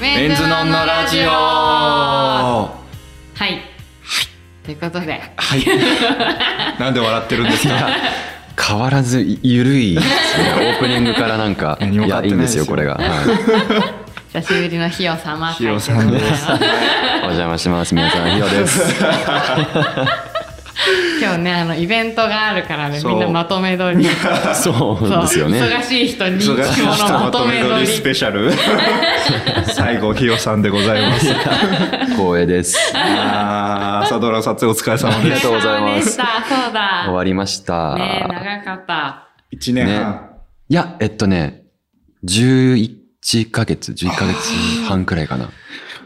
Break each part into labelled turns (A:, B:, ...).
A: メンズノンのラジオ
B: は、
A: はい
B: ということで
A: いなんで笑ってるんですか
C: 変わらずゆるいですねオープニングからなん か
A: 何
C: い
A: も変わっ
C: や
A: て
C: い
A: ない
C: ん
A: いで
C: ですす
A: よ
C: よこれが、 はい
B: 久しぶりのひよさま
A: ひよさんです
B: 会でございま
C: お邪魔します皆さんひよです
B: す 今日ねあのイベントがあるからね
A: そう
B: みんなまとめ撮 り
C: そうですよ
B: 忙
C: ね
B: しい人に着
A: 忙しい人
B: 物ま
A: ま
B: と
A: と
B: め
A: め
B: 撮
A: 撮
B: り
A: りスペシャ ル最後ひよさんでございます
C: 光栄です
A: あー朝ドラ撮影お疲れ様
C: あり
A: で
C: が
A: す
C: とうござい
B: お疲れ様
C: ます
B: でしたそう
C: 終
B: だ
C: わりました、
B: ね長かっ た
A: 一年半
C: いやえっとね11ヶ月11ヶ月半くらいかな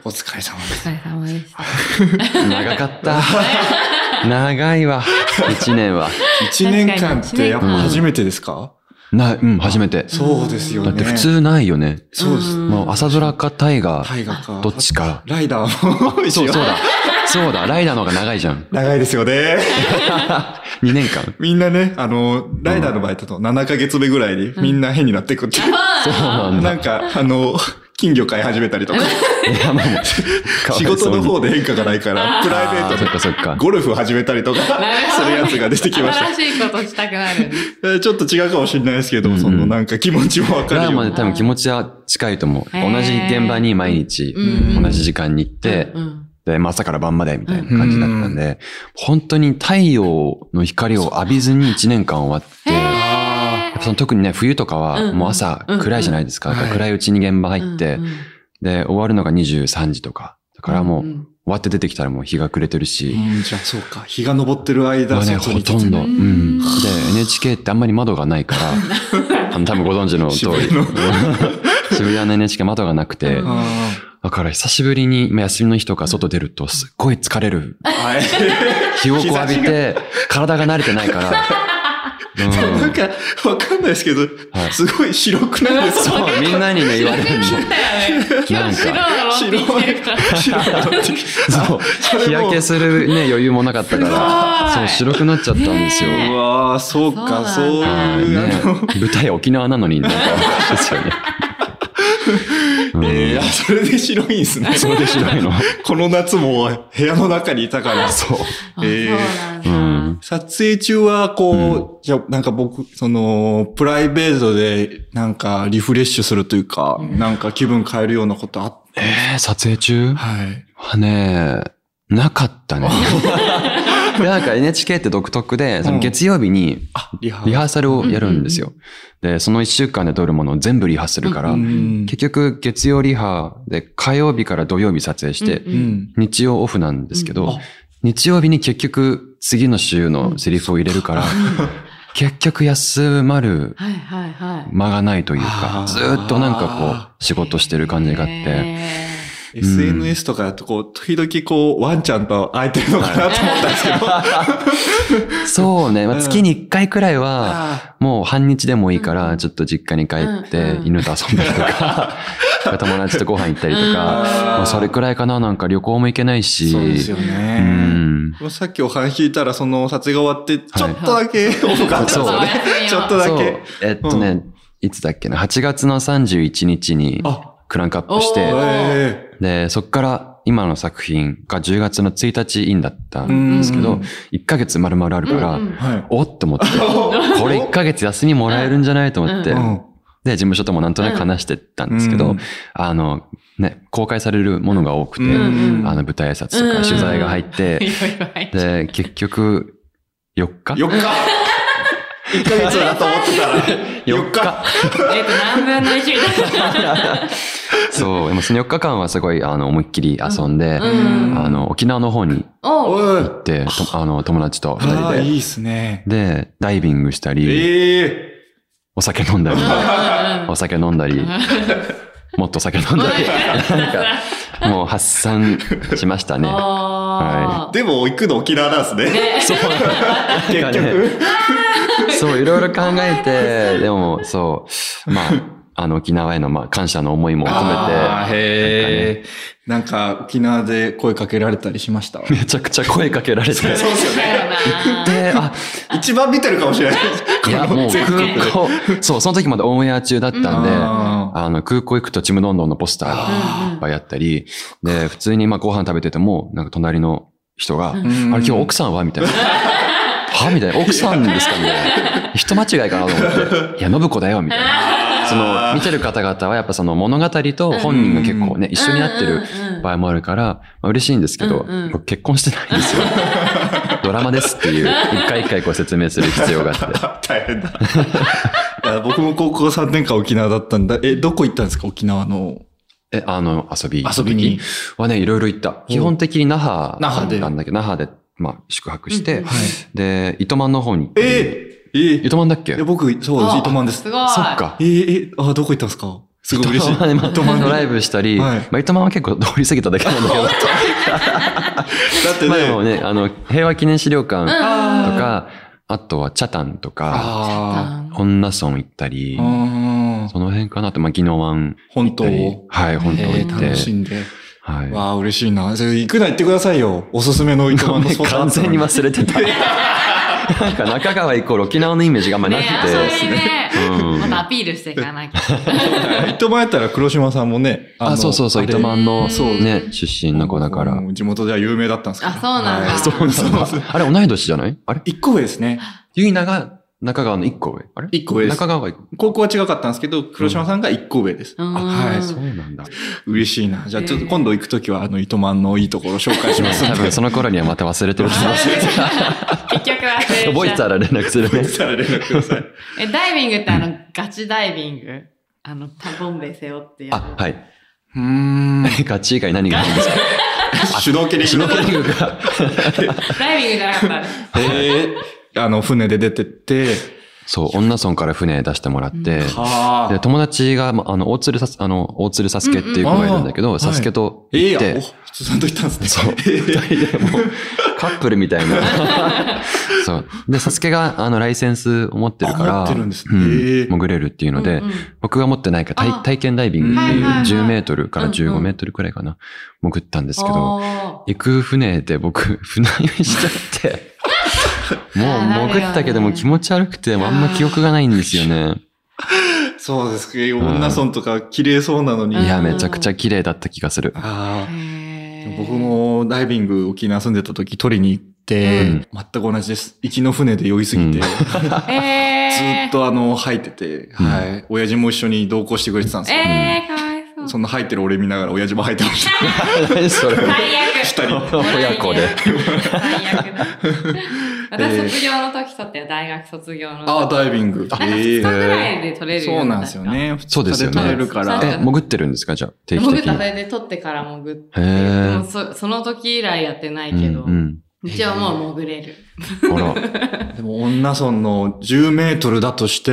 A: お疲れ様で
B: お
A: す
B: 疲れ様でした
C: 長かった 長いわ1年は
A: 一年間ってやっぱ初めてですか
C: なうん初めて
A: そうですよね
C: だって普通ないよね、
A: そうで
B: う
A: す
B: ん
C: もう朝ドラか大河
A: 大河か
C: どっちか
A: ライダーも
C: そう
A: 一 応
C: そうだそうだライダーの方が長いじゃん
A: 長いですよ ね
C: 2年間
A: みんなね、あの、ライダーの場合だと7ヶ月目ぐらいにみんな変になってくっていう。
C: そうなんだ
A: なんか、あの、金魚飼い始めたりとか、
C: いや もう
A: 仕事
C: で
A: の方で変化がないから、プライベ
C: そっか
A: ート
C: そっか
A: でゴルフ始めたりとか
B: るほ
A: す
B: ど
A: るやつが出てきました。
B: 新しいことしたくなるね
A: えーちょっと違うかもしれないですけ
C: うん
A: ど、
C: うん
A: そのなんか気持ちもわ
C: ド
A: か
C: ラ
A: るよ
C: マ
A: う
C: で
A: に。
C: 多分気持ちは近いと思う
B: へー
C: 同じ現場に毎日
B: うん
C: 同じ時間に行って
B: うんうん
C: でまあ朝から晩までみたいな感じだったんで本当に太陽の光を浴びずに1年間終わってや
B: へ
C: っぱその特にね冬とか
B: う
C: は
B: ん
C: もう朝
B: うん
C: 暗いじゃないですか
A: はい
C: だから暗いうちに現場
B: ー
C: 入って
B: うんうん
C: で終わるのが23時とかだからもう終
B: ん
C: わって出てきたらもう日が暮れてるし
A: うん、じゃあそうか。日が昇ってる間、
C: はね、ほ
A: 外に
C: とんど。う
B: うん
C: ん。で、NHK ってあんまり窓がないから、あの、多分ご存知の通り。
A: 渋
C: 渋谷の NHK 窓がなくて
B: う、ん
A: あ
C: だから久しぶりに、まあ休みの日とか外出るとすっごい疲れる。
A: ーはい。
C: 日をこう浴びて、体が慣れてないから。うん。
A: なんか、わかんないですけど
C: は、い
A: すごい白くないですか
C: そう、みんなにね、言われるの。
B: 今
C: なん
B: 日白
C: か、
B: だろって言ってるから。
A: 白くなってきた
C: そう、
A: れも
C: 日焼けするね、余裕もなかったから、
B: すごい
C: そ、
B: う
C: 白くなっちゃったんですよ。
B: ね
A: うわーそうか、
B: そ
A: そうう
C: はい
A: いう、
C: ね
A: あの、、
C: 舞台沖縄なのに、なんか、ですよね。うん
A: えー、それで白いんすね。
C: それで白いの。
A: この夏も部屋の中にいたから。そう。えー
B: あ
C: う
B: そうなん
C: ん
B: だ。。
A: 撮影中は、こう、じゃなんか僕、その、プライベートで、なんか、リフレッシュするというか、なんか気分変えるようなことあっ
C: えー、撮影中
A: はい。
C: はね、なかったね。 でなんか NHK って独特で、その月曜日に
A: あ、リハ
C: リハーサルをやるんですよ。で、その1週間で撮るものを全部リハするから、
A: うん。
C: 結局月曜リハで火曜日から土曜日撮影して、
B: うん
A: うん。
C: 日曜オフなんですけど、
A: うんあ
C: 日曜日に結局次の週のセリフを入れるから、結局休まる
B: はいはいはい。
C: 間がないというか
A: あ、ー
C: ずーっとなんかこう仕事してる感じがあって、
B: へ
A: SNS とかだと、こう、時々こう、ワンちゃんと会えてるのかなと思ったんですけど。
C: そうね、まあ
A: うん
C: 月に1回くらいは、
A: あ
C: もう半日でもいいから、ちょっと実家に帰っ
B: うん
C: て
B: う、ん
C: 犬と遊んだりと か、友達とご飯行ったりと
B: うん
C: か、まあそれくらいかな、なんか旅行も行けないし、
A: そうですよね。
C: うん
A: もうさっきお話聞いたら、その撮影が終わって、ちょっとだけ多かったんですよね。
B: はい
A: ちょっとだ
C: そう
A: け。、
C: えっと
A: う
C: ね、いつだっけな、8月の31日に
A: あ
C: クランクアップし
B: お
C: て
B: ー、
A: え
C: で、そっから今の作品が10月の1日インだった
A: えうん
C: んですけ
A: う
C: ど
A: ん、
C: 1ヶ月丸々ある
B: ー
C: から
B: うんう、ん
A: はい。
C: おっと思って、これ1ヶ月休みもらえるんじゃないと思って、で、事務所ともなんとなく話してたんですけ
A: う
C: ど
A: ん、
C: あの、ね、公開されるものが多くて、
A: うん
C: あの、舞台挨拶と
B: うん
C: か取材が入って、
B: いろいろ入って
C: で、結局、4日
A: 4日 !1 ヶ月だと思ってたら、4日
B: えっと、何分の1みた いな。
C: そう、でもその4日間はすごい、あの、思いっきり遊んで、
B: うん
C: あの、沖縄の方に
B: おう
A: おい
C: 行って、とあの、友達と2
A: あ
C: 人
A: あ、
C: で、
A: いいっすね。
C: で、ダイビングしたり、
A: ええ
C: お酒飲ん だり、 お酒飲んだり、もっと酒飲 んだり、なんか、もう発散しま したね。
B: あー
A: でも行くの沖縄なんすね。
C: そう
A: 結
C: なんかね
A: 局。
C: そう、いろいろ考えて、でも、そう、まあ、あの、沖縄への、まあ、感謝の思いも込
A: あーへえ、なんか沖縄で声かけられたりし ました
C: めて、めちゃくちゃ声かけられて、
A: そうですよ
B: だ
A: ね。
B: よな
C: で、あ、
A: 一番見てるかもしれない。
C: いや、もう
A: 全
C: 空
A: 国で
C: 港、そう、その時まだオンエア中だったんで、
A: あ
C: あの、空港行くとちむどんどんのポスターがいっぱいあったり、で、普通にまあご飯食べてても、なんか隣の人が、あれ
A: ん
C: 今日奥さんは みたいな。はみたいな。奥さんですかみた いな。人間違いかなと思って。いや、信子だよみたいな。その、見てる方々はやっぱその物語と本人が結構ね、一緒になってる場合もあるから、まあ、嬉しいんですけど、
B: うんうん
C: 僕結婚してない んですよ。ドラマですっていう、一回一回こう説明する必要があって。
A: ー 大変だ。いや僕も高校3年間沖縄だったんだ。え、どこ行ったんですか沖縄の
C: え、あの、遊び。
A: 遊びに。
C: はね、いろいろ行った。基本的に那覇
A: 那覇で
C: なんだけど、那覇で、まあ、宿泊し
B: う
C: て
B: ん、
C: で、糸満の方に。
A: えー、えー、
C: 糸満だっけ
A: いや僕、そうです。
B: あ
A: 糸満です。
B: す
A: え
B: ごい。
C: そっ。か。
A: ー、えー、あー、どこ行ったんですかすごい嬉しい。
C: 糸満 でまあ
A: 糸満に
C: ドライブしたり、
A: はい
C: まあ、糸満は結構通り過ぎただけなんだけど、
A: だって
C: まあでも
A: ね。
C: ね、あの、平和記念資料館と
A: あ
C: か、あとは北谷と
A: ー
C: か、
A: あ
C: 恩納村行ったり
A: ー。、あー
C: その辺かなと、まあ、宜野湾
A: 本
C: 行っ
A: 島
C: たり
A: を。
C: はい、本島
A: え
C: 行っ
A: ー、
C: て
A: 楽、しんで。
C: はい。
A: わあ、嬉しいな。それ行くなら行ってくださいよ。おすすめの糸
C: ご
A: 満の
C: めん
A: スポットあ
C: 完
A: ったの
C: 全に忘れて た。なんか中川イコール沖縄のイメージがあんまりな
B: ね
C: く
B: あ
C: て。
B: それね
C: うん
B: またアピールしていかなきゃ。
A: 糸満やったら黒島さんもね。
C: あ、
A: の
C: そうそうそう、
A: あれ
C: 糸満の、
B: そう
C: ね、出身の子だから。
A: もう地元では有名だったんですけど
B: あそうなんだ
A: はい
B: そう
C: そうなんだあれ、同い年じゃないあれ
A: 一個上ですね。
C: ゆいなが中川の一個上。あれ
A: 一個上です
C: 中川が一個
A: 高校は違かったんですけど、黒島さんが一個上です。
B: うん
A: あはい
C: そうなんだ。
A: 嬉しいな。じゃあちょっと
B: えー
A: 今度行くときは、あの、糸満のいいところを紹介しますんで。
C: 多分その頃にはまた忘れてると思う。
B: 結局は
C: 覚えてたら連絡するね。
A: したら連絡ください。
B: え、ダイビングってあの、ガチダイビングあの、タボンベ背負ってやる
C: あ、はい。
A: うー ん。
C: ガチ以外何があるんですか
A: シュノーケリング。
C: シュノーケリングか。
B: ダイビングじゃなかったね。
A: えーあの、船で出てって、
C: そう、恩納村から船出してもらって、
A: は
C: で、
A: あ。
C: 友達が、まあの、大鶴さす、あの、大鶴サスケっていう子がいるんだけ
A: うんうんあ
C: ど、
A: ー
C: サスケと
A: えー、
C: 行
A: や
C: っ、て
A: お、、普通さんと行ったんですね。
C: そう。
A: えー
C: 二人でもう、カップルみたいな。そう。で、サスケが、あの、ライセンスを持ってるから、
A: あ持ってるんです
C: う
A: へえ
C: 潜れるっていうの
B: う
C: で、
B: んうん
C: 僕が持ってないから
B: あ
C: 体体験ダイビングって
A: はい
C: いう
A: はいはい
C: 10メートルから
B: うんう
C: 15
B: ん
C: メートルくらいかな、潜ったんですけど、
B: おー
C: 行く船で僕、船酔いしちゃって、もう潜ったけども気持ち悪くて、もうあんま記憶がないんですよね。
A: そうですけど、女村とか綺麗そうなのに。
C: いや、
B: うん
C: めちゃくちゃ綺麗だった気がする。
A: ああ。
B: へー
A: 僕もダイビング沖縄住んでた時取りに行って、
C: うん
A: 全く同じです。行きの船で酔いすぎて、
C: うん
A: ず
B: え
A: ーっとあの、吐いてて、はい。親父も一緒に同行してくれてたんですよ。
B: えー、かわいそう。
A: その吐いてる俺見ながら親父も吐いてました。
C: 何それ。
B: 最悪。
C: 親子で。
B: 最悪だ。私、卒業の時撮ったよ、大学卒業の。
A: ああ、ダイビング。
B: なんか2日ぐらいで撮れるよ
A: そうなんですよ。ね。
C: そうですよね
A: 二日取れるから。
C: え、潜ってるんですかじゃあ、定期
B: 潜っ
C: 的
B: たそ
C: に。
B: れで撮ってから潜って。
C: へー
B: でもそその時以来やってないけど、
C: うん
B: 一応もう潜れる。
C: うん。あら。
A: でも、女村の10メートルだとして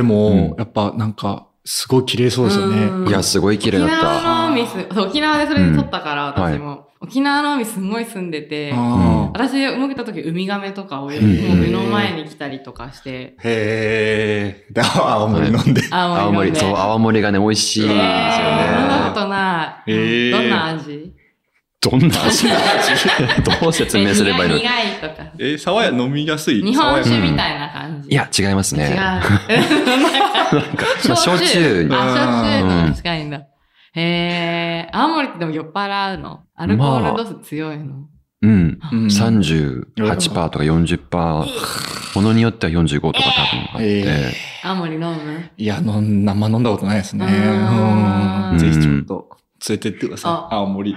C: うん
A: も、やっぱなんか、すごい綺麗そうですよ
B: う
A: ね。
B: ん
C: いや、すごい綺麗だっ
B: 沖
C: た。
B: 縄の海す、そう沖縄でそれで撮ったから、
C: うん
B: 私も、沖縄の海すごい住んでて、
A: ああ
B: 私潜った時ウミガメとかをよ
C: うん
B: もう目の前に来たりとかして、
A: へえ。だ、青森飲んで。
B: 青
C: 青
B: 森
C: 森、
B: のね
C: そう、青森がね、美味しいんです
B: え
C: よ
B: ーそんな
C: ね。
B: ことない。
A: えー
B: どんな味
C: どんな味 どう説明すればいいの
B: え苦い苦いとか。
A: えー、爽や、飲みやすい。
B: 日
A: 爽
B: 本
A: や
B: 酒みたいな感じ。
C: い、や、違います
B: 違う。
C: ね。
B: なんか
C: 焼酎
B: あ、焼酎
C: うん
B: の近いんだ。へえ、青森ってでも酔っ払うのアルコール度数強いの、
C: うん。
A: うん
C: 38%とか40%、ものによっては45とか多分あっ
A: え
C: て。
B: 青森飲む
A: いや、のん、生飲んだことないですね。
B: あー
A: うんぜひちょっと、連れてってください。
B: あ
A: 青森。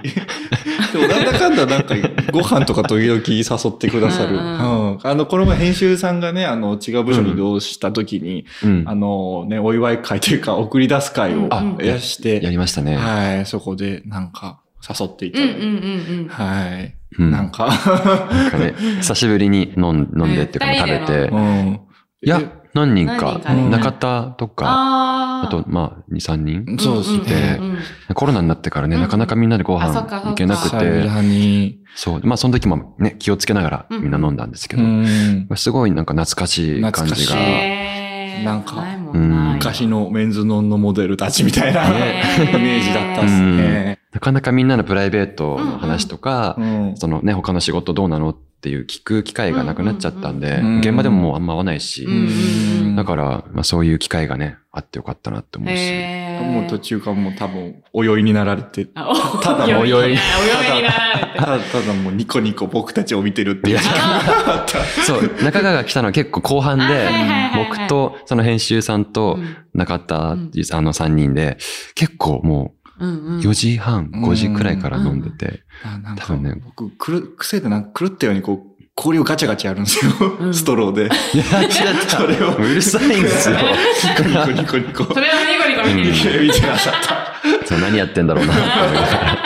A: でも、なんだかんだ、なんか、ご飯とか時々誘ってくださる。う。
B: うん
A: あの、この前、編集さんがね、あの、違う部署に移動した時に、
C: うん
A: あ。の、ね、お祝い会というか、送り出す会を
B: あ
A: やして、
C: やりましたね。
A: はい、そこで、なんか、誘っていた
B: うん
A: だ
B: う
A: い
B: ん
A: て、
B: うん
A: はい。
C: うん
A: なんか、
C: なんかね久しぶりに飲ん飲んでっていうか
B: うん
C: 食べて
A: う。 ん。
C: いや、何人か
B: 何人か
A: ね。
C: 中田とか、
B: あ
C: あと、まあ、2、3人。
A: そうですね。
C: ね
B: うんうんうんうん
C: コロナになってからね、
B: うん
C: なかなかみんなでご
B: あそ
C: 飯
B: っかそっか
C: 行けなく
A: 久
C: て。
A: 々に、
C: そう。まあ、その時もね、気をつけながらみんな飲んだんですけ
A: う
C: ど、
A: ん。
C: すごいなんか懐かしい感じ
A: 懐か
C: が
A: しい
B: へね
A: なんか
B: ないもんな
C: うん
A: 昔のメンズノンのモデルたちみたいな、
C: ね
A: イメージだったっ
C: う
A: す
C: ん
A: ね。
C: なかなかみんなのプライベートの話とか、
A: うん
C: そのね、他の仕事どうなのっていう聞く機会がなくなっちゃったんで、
A: うんうんうん
C: 現場でももうあんま合わないし、
B: うんうん
C: だから、まあ、そういう機会がね、あってよかったなって思うし。
B: へー
A: もう途中からもう多分、泳いになられて、
B: あお
A: ただの
B: お
A: 泳い
B: にお泳ぎになられて
A: ただただもうニコニコ僕たちを見てるっていう時間があった。
C: そう、中川が来たのは結構後半
B: あはい
C: で
B: はいはい、はい
C: 僕とその編集さんと
B: うん
C: 中田さんの3人で、結構も
B: うんう
C: うん4時半、
A: うん
C: 5時くらいから飲んでて、
A: あなん
C: 多
A: か、
C: 分ね
A: 僕、くる、癖でなんか狂ったようにこう、氷をガチャガチャやるんですよ。
B: うん
A: ストローで。
C: いや、違った
A: それを
C: うるさいんですよ。
A: ニコニコニコニ
B: そ。
A: コ
B: れをニコニコ見てる
C: うん
A: 見てなかっ
C: そう何やってんだろうなって思いながら。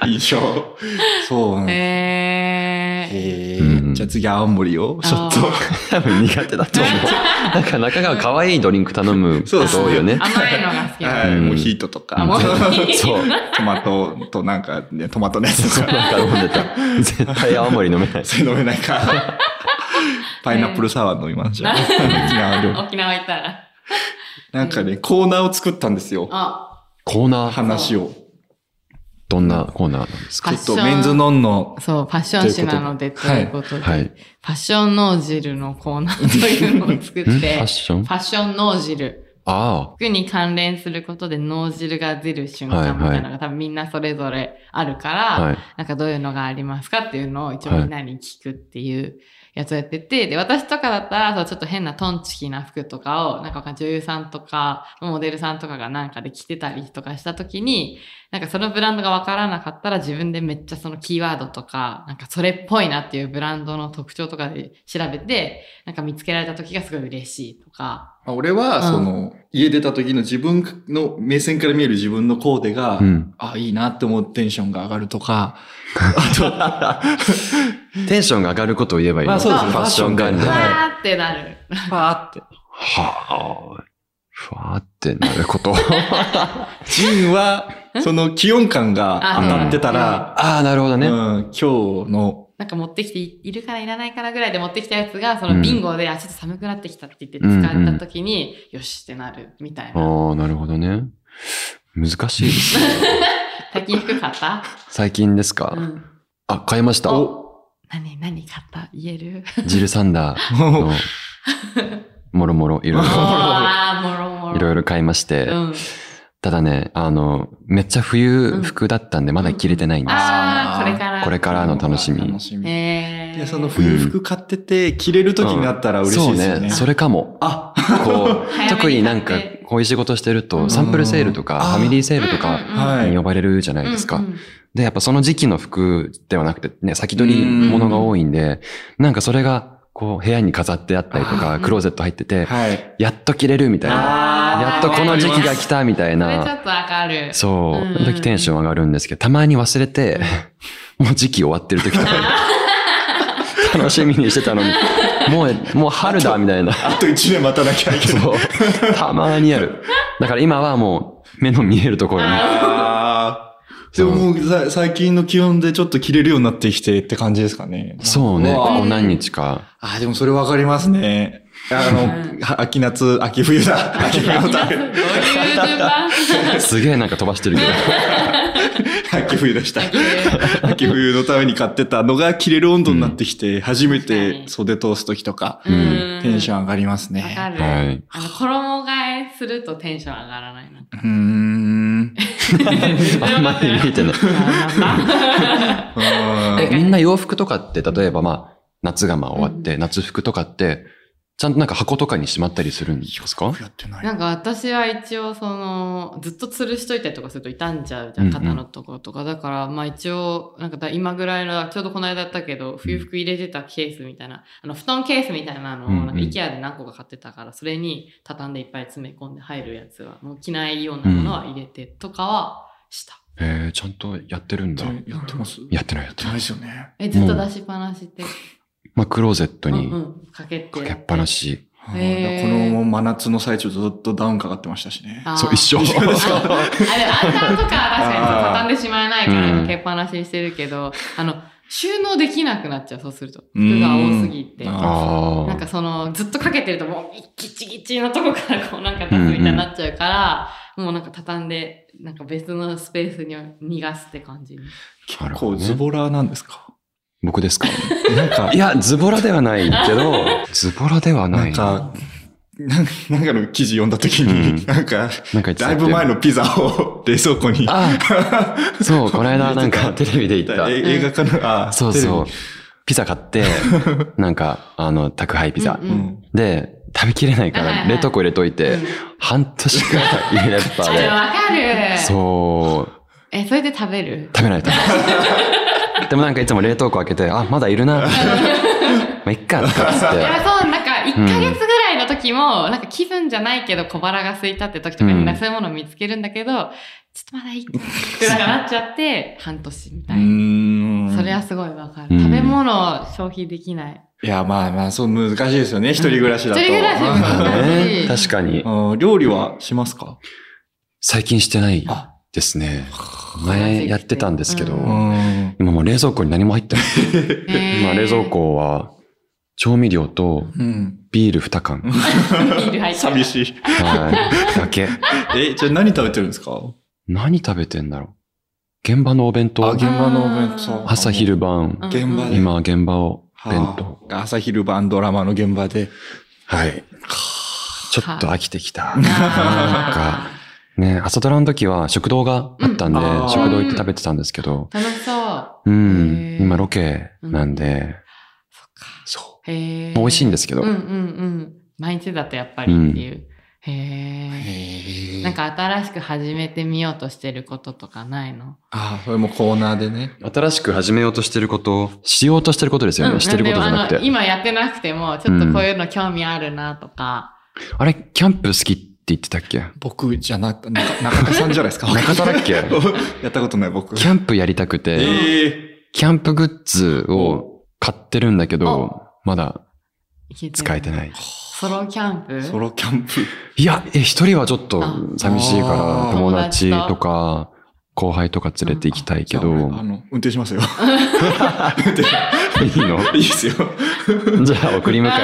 A: た。印象。そうなんです。
B: へー
A: え
C: う
A: ー、
C: ん
A: じゃあ次青森をちょっと。
C: 多分苦手だと思う。なんか中川可愛いドリンク頼むこと多いよね。
B: 甘いのが好きな
A: は
C: う
A: い、
C: ん
A: もうヒートとか
B: あ もう、
C: そう。
A: トマトとなんかね、トマトのやつ
C: そ
A: と
C: う
A: か、
C: なんか飲んでた。絶対青森飲めない。
A: それ飲めないから。パイナップルサワー飲みましょ う。沖縄料理
B: 沖縄行ったら。
A: なんかね、コーナーを作ったんですよ。
B: あ、
C: コーナー、
A: 話を。
C: どんなコーナーなんです
B: ファッ
C: か
A: ちょっ
B: ション
A: とメンズノンの、
B: そう、ファッション誌なのでということで、
C: はい。ん
B: ファッションノージルのコーナーというのを作っ
C: フ
B: て、
C: ァ
B: フ
C: ッ
B: ァ
C: ションあ
B: ッションノージル。
C: あ。
B: 服に関連することで脳汁が出る瞬間みたいなのが多分みんなそれぞれあるから、
C: はい。
B: なんかどういうのがありますかっていうのを一応
C: はい
B: みんなに聞くっていうやつをやってて、で、私とかだったら、そうちょっと変なトンチキな服とかを、なんかわかん女優さんとか、モデルさんとかがなんかで着てたりとかした時に、なんかそのブランドがわからなかったら自分でめっちゃそのキーワードとか、なんかそれっぽいなっていうブランドの特徴とかで調べて、なんか見つけられた時がすごい嬉しいとか。
A: まあ俺は、
B: うん
A: その、家出た時の自分の目線から見える自分のコーデが、
C: うん。
A: あ、いいなって思うテンションが上がると か、あ
C: テンションが上がることを言えばいいの
A: まあそう
B: ですね
C: ファッション関連。
A: はい
B: わーってなる。
A: と、パーって。
C: はあ。ふわーってなること。
A: ジンは、その気温感が当たってたら、
C: ああ、なるほど
A: う
C: ね。
A: ん、今日の、
B: なんか持ってきていいるからいらないからぐらいで持ってきたやつが、そのビンゴで、あ、ちょっと寒くなってきたって言って
C: うんうん
B: 使った時に、よしってなるみたいな。
C: ああ、なるほどね。難しいですね。
B: 最近服買った
C: 最近ですか、
B: うん。
C: あ、買いました。
B: お何、何買った言える
C: ジルサンダーの、もろもろ、いろいろ、
B: ああ、もろもろ。
C: いろいろ買いまして、
B: うん。
C: ただね、あの、めっちゃ冬服だったんで、まだ着れてないんです。
B: ああ、これから。
C: これからの楽しみ。
A: 楽しみ。
B: えー。
A: で、その冬服買ってて、着れる時になったら嬉しいですよね。
C: そうね、それかも。
A: あ、
C: こ
B: 早めに買っ
C: う、
B: て
C: 特になんか、こういう仕事してる
B: う
C: と、
B: ん
C: サンプルセールとか、
A: あー
C: ファミリーセールとか
A: は
C: に
A: い
C: 呼ばれるじゃないですか。で、やっぱその時期の服ではなくて、ね、先取りものが多いんで、なんかそれが、こう、部屋に飾ってあったりと
B: あ
C: か、
B: ー
C: クローゼット入ってて、
A: はい。
C: やっと着れるみたいな。
B: あー
C: やっとこの時期が来たみたい
B: それちょ
C: な。
B: っとわかる。
C: そうう。
B: ん
C: その時テンション上がるんですけど、たまに忘れて、 もう時期終わってる時とかに楽しみにしてたのに、もう、もう春だみたいな。
A: あと1年待たなきゃいけない。
C: そう。たまにある。だから今はもう、目の見えるところに。
B: あ
A: あーでももうさ最近の気温でちょっと着れるようになってきてって感じですかね。
C: そうね。
A: うわ
C: こ
A: ー
C: こ何日か。
A: あー、でもそれわかりますね。あ
B: う
A: の、は秋夏、秋冬だ。秋冬の
B: どう
A: 旅
B: いう順番
C: すげえなんか飛ばしてるけど。
A: 秋冬でした。秋冬のために買ってたのが着れる温度になってきて、初め
B: 確か
A: て
B: に
A: 袖通す時とか、
B: うん
A: テンション上がります
B: わか
A: ね。
B: る。
C: はい
B: あの、衣替えするとテンション上がらないな。
A: うーん。
C: あんまり見えてない。え、みんな洋服とかって、例えばまあ、夏がまあ終わって、夏服とかって、ちゃんとなんか箱とかにしまったりするんですか
A: やってない。
B: なんか私は一応そのずっと吊るしといたりとかすると傷んじゃうじゃ
C: うん
B: ん
C: うん
B: 肩のところとか、だからまあ一応なんかだ今ぐらいのちょうどこの間だったけど冬服入れてたケースみたいなあの布団ケースみたいなのを
C: うんうん
B: なんか IKEA で何個か買ってたからそれに畳んでいっぱい詰め込んで入るやつはもう着ないようなものは入れてとかはした、
C: えー、ちゃんとやってるんだ。
A: やってますや
C: やってないやっ
A: っててな
C: ないい。
A: ですよね。
B: えずっと出しっぱなしって、
C: まあ、クローゼット
B: うん
C: に
B: うんかけて
C: かけっぱなし。
A: はい
B: へー
A: この真夏の最中ずっとダウンかかってましたしね。
B: あー
C: そう、一 緒。
B: あれ、アンダーとかは確かにそう畳んでしまえないか
C: あー
B: ら
C: うん
B: かけっぱなしにしてるけど、あの、収納できなくなっちゃう、そうすると。服が多すすぎて。
C: あ
B: なん
C: あ。
B: かその、ずっとかけてるともう、ギチギチのとこからこうなんか出すみたいになっちゃうから、もうなんか畳んで、なんか別のスペースに逃がすって感じ。
C: な
A: 結
C: るほ
A: 構
C: どね
A: ズボラなんですか
C: 僕ですか
A: なんか
C: い、や、ズボラではないけ ど、ズボラではな
A: なん
C: い。
A: か、なんかなんかの記事読んだ時に、
C: うん
A: なんか、
C: なんか言ってた
A: だ
C: っ
A: い
C: け
A: ぶ前のピザを冷蔵庫 に。
C: ああ、そう、この間なん かテレビで言った。
A: え映画かなあ、
C: そう
A: テレビ
C: そう。ピザ買 って、なんか、あの、宅配ピザ。
B: うん
A: うん。
C: で、食べきれないか
B: はいはい
C: ら、
B: はい
C: 冷凍庫入れといて、
B: うん
C: 半年くらい入 れっぱ
B: いや
C: で。
B: わかる
C: そう、
B: え、それで食べる
C: 食べないと。 でもなんかいつも冷凍庫開けて、あ、まだいるな。まあ、いっか、とかっつっ
B: いや、
C: て。
B: そう、なんか、1ヶ月ぐらいの時も、なんか気分じゃないけど小腹が空いたって時とか
C: う
B: に、
C: ん
B: なんかそういうものを見つけるんだけど、ちょっとまだいいかってなんかなっちゃって、半年み
A: う
B: たいな。
A: ーん。
B: それはすごいわか
C: う
B: る。
C: ん
B: 食べ物を消費できない。
A: いや、まあまあ、そう難しいですよね。一人暮らしだと。
B: 一人暮らしも
A: うん
C: ね、 確かに。
A: うん料理はしますか
C: 最近してない
A: あ
C: ですね。前やってたんですけど、
B: う
A: うん。
C: 今もう冷蔵庫に何も入ってない。
B: ま
C: 今冷蔵。庫は、調味料と
A: うん。
C: ビール2缶。
B: ビール入ってる
A: 寂しい。
C: はい。だけ。
A: え、じゃあ何食べてるんですか
C: 何食べてんだろう現場のお弁
A: あ、
C: 当
A: 現。場のお弁当。
C: 朝昼晩。
B: うん
A: 現場で。
C: 今、現場を
A: はあ
C: 弁当。
A: 朝昼晩ドラマの現場で。
C: はい。ちょっと飽きてきた。
B: あ
C: ね朝ドラの時は食堂があったんで、
A: うんあー
C: 食堂行って食べてたんですけど、
B: ー楽しそう。へ
C: うん
B: ー、
C: 今ロケなんで、
B: そっか。
C: そ
B: へえ。
C: う。美味しいんですけど
B: うんう、んうん。毎日だとやっぱりっていう。へえ。
A: へ
B: なん、か新しく始めてみようとしてることとかないの
A: あ、それもコーナーでね。
C: 新しく始めようとしてること、しようとしてることですよ
B: う
C: ね。
B: ん
C: してることじゃな
B: でも
C: く
B: あの
C: て。
B: 今やってなくても、ちょっとこういうの興味あるなとか。
C: あれ、キャンプ好きって言ってたっけ
A: 僕じゃなく、中中田さんじゃないですか。
C: 中田だっけ
A: やったことない僕。
C: キャンプやりたくて、
A: え
C: キャンプグッズを買ってるんだけど、まだ使えて
B: い。
C: ない。
B: ソロキャンプ
A: ーソロキャンプ。
C: いや、え、一人はちょっと
B: あ
C: 寂しいか
A: あー
C: ら、友達とか、後輩とか連れて行きたいけど、い
A: じ
C: い
A: ゃあ俺あの、運転しますよ。 運転
C: の
A: いいですよ。
C: じゃあ送り迎えだ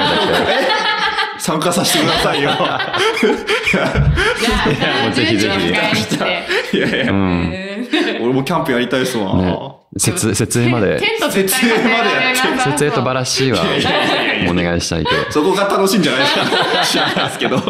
A: 参加させてくだ さいよ。
B: じゃあ、
C: いやもうぜひぜひ
B: 10時迎えに来て。
A: いや
C: けど、
A: い
C: う
A: や、
C: ん。
B: うん
A: 俺もキャンプやりたいっすわ。
C: ね設設営まで、
B: テント絶対立てられなさそう
C: 設営とバラシはい
A: やいやいやいや
C: お願いしたいけど。
A: そこが楽しいんじゃないですか。知らないです けど。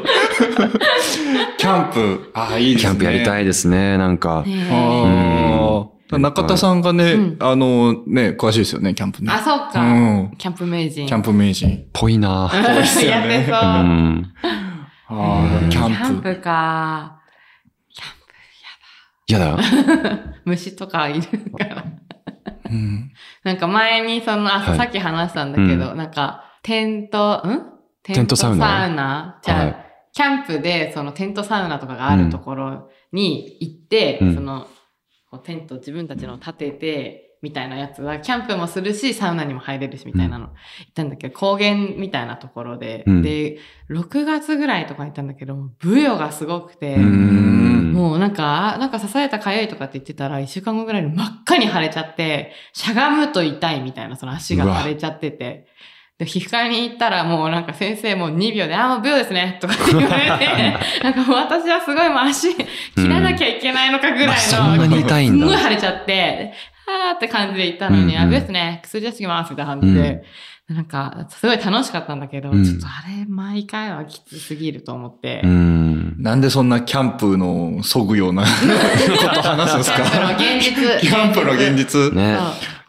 A: キャンプ。ああ、いいで
C: キ
A: すね。
C: ャンプやりた
A: い。
C: いですね、なんか。
B: へー
A: ああ。
C: うん
A: 中田さんがね、
B: うん
A: あの、ね、詳しいですよね、キャンプね。
B: あ、そう
A: う
B: か。
A: ん。
B: キャンプ名人。
A: キャンプ名人。
C: ぽいなぁ
A: 多いっすよ
B: やっ
A: ね
B: てそうう。
C: ん。
A: あ
C: う
A: あ、
C: ん
A: キャ
B: キャン
A: ンプ。
B: プか。キャン
C: やだ。
B: プ。虫とかいるから。
A: うん
B: なんか前にその、あ、
C: はい
B: さっき話したんだけど、なんか、テント、んテ
C: ントサウナ
B: サウナじゃあ、
C: はい
B: キャンプでそのテントサウナとかがあるところに行って、
C: うん
B: その、こうテント自分たちの立てて、みたいなやつは、キャンプもするし、サウナにも入れるし、みたいなの。行ったんだけど、高原みたいなところで、
C: うん
B: で、6月ぐらいとかに行ったんだけど、もうブヨがすごくて、
C: うん。
B: もうなんか、あなんか刺されたかゆいとかって言ってたら、一週間後ぐらいに真っ赤に腫れちゃって、しゃがむと痛いみたいな、その足
C: う
B: が
C: わ
B: 腫れちゃってて。で、皮膚科に行ったら、もうなんか先生もう2秒で、あ、もう秒ですね、とかって言われ て、なんかもう私はすごいもう足切らなきゃいけないのかぐらいの、
C: まあそんなに痛いん
B: すんごい
C: だ。
B: 腫れちゃって、あーって感じで行ったのに、
C: うんうん
B: あ、べですね、薬出してきますみたいな感じで、なんか、すごい楽しかったんだけど、
C: うん
B: ちょっとあれ、毎回はきつすぎると思って、
C: うん。
A: なんでそんなキャンプのそぐような こと話すんです
B: キャンプの
A: か
B: 現実。
A: キャンプの現実。
C: ね。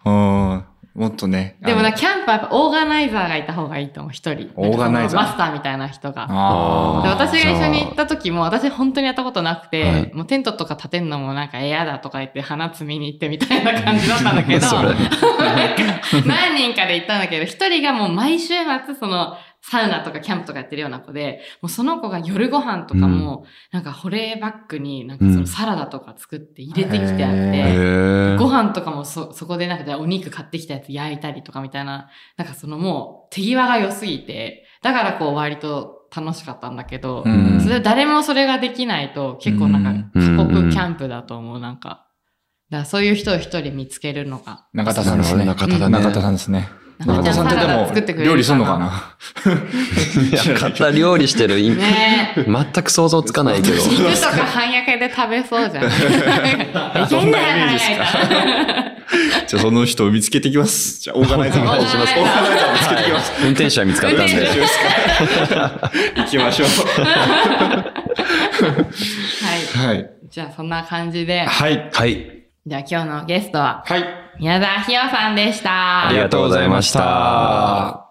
B: そ
A: うん。もっとね。
B: うでも
A: あ
B: な、
A: の
B: キャンプはやっぱオーガナイザーがいた方がいいと思う、一人。
A: オーガナ
B: なんか
A: イザー
B: そのマスターみたいな人が。
A: あ
B: で
A: ー
B: 私が一緒に行った時も、私本当にやったことなくて、
C: はい
B: もうテントとか立てんのもなんか嫌だとか言って、花摘みに行ってみたいな感じだったんだ けど、
C: それ
B: 何人かで行ったんだけど、一人がもう毎週末その、サウナとかキャンプとかやってるような子で、もうその子が夜ご飯とかも、なんか保冷バッグになんかそのサラダとか作って入れてきてあって、
A: うんへ
C: へ
A: ー
B: ご飯とかもそ、そこでなんかじゃあお肉買ってきたやつ焼いたりとかみたいな、なんかそのもう手際が良すぎて、だからこう割と楽しかったんだけど、
A: うん
B: それ誰もそれができないと結構なんか過
C: うん
B: 酷キャンプだと思う、なんか。だからそういう人を一人見つけるのが。
A: 中田さんですね。
C: なるほど中田だね
A: 中田さんですね。中田さんってでも料理すんのかな知 らないけど
C: た料理してる意味、
B: ねえ。
C: 全く想像つかないけど。
B: 肉とか半焼けで食べそう じゃん。い
A: そ
B: け
A: ん
B: ん
A: な
B: だ
A: イ
B: よ
A: メージですかじゃあその人を見つけてきます。じゃあオーガナイザー
B: お願いします
A: オーガナイザーを見つけてきます。
C: 運転手は見つかったん
B: 運
C: で
B: 転。
A: 行きましょう。
B: はい。
A: はい。
B: じゃあそんな感じで、
A: はい。
C: はい。
B: じゃあ今日のゲストは
A: はい。
B: 宮沢ひよさんでした。
C: ありがとうございました。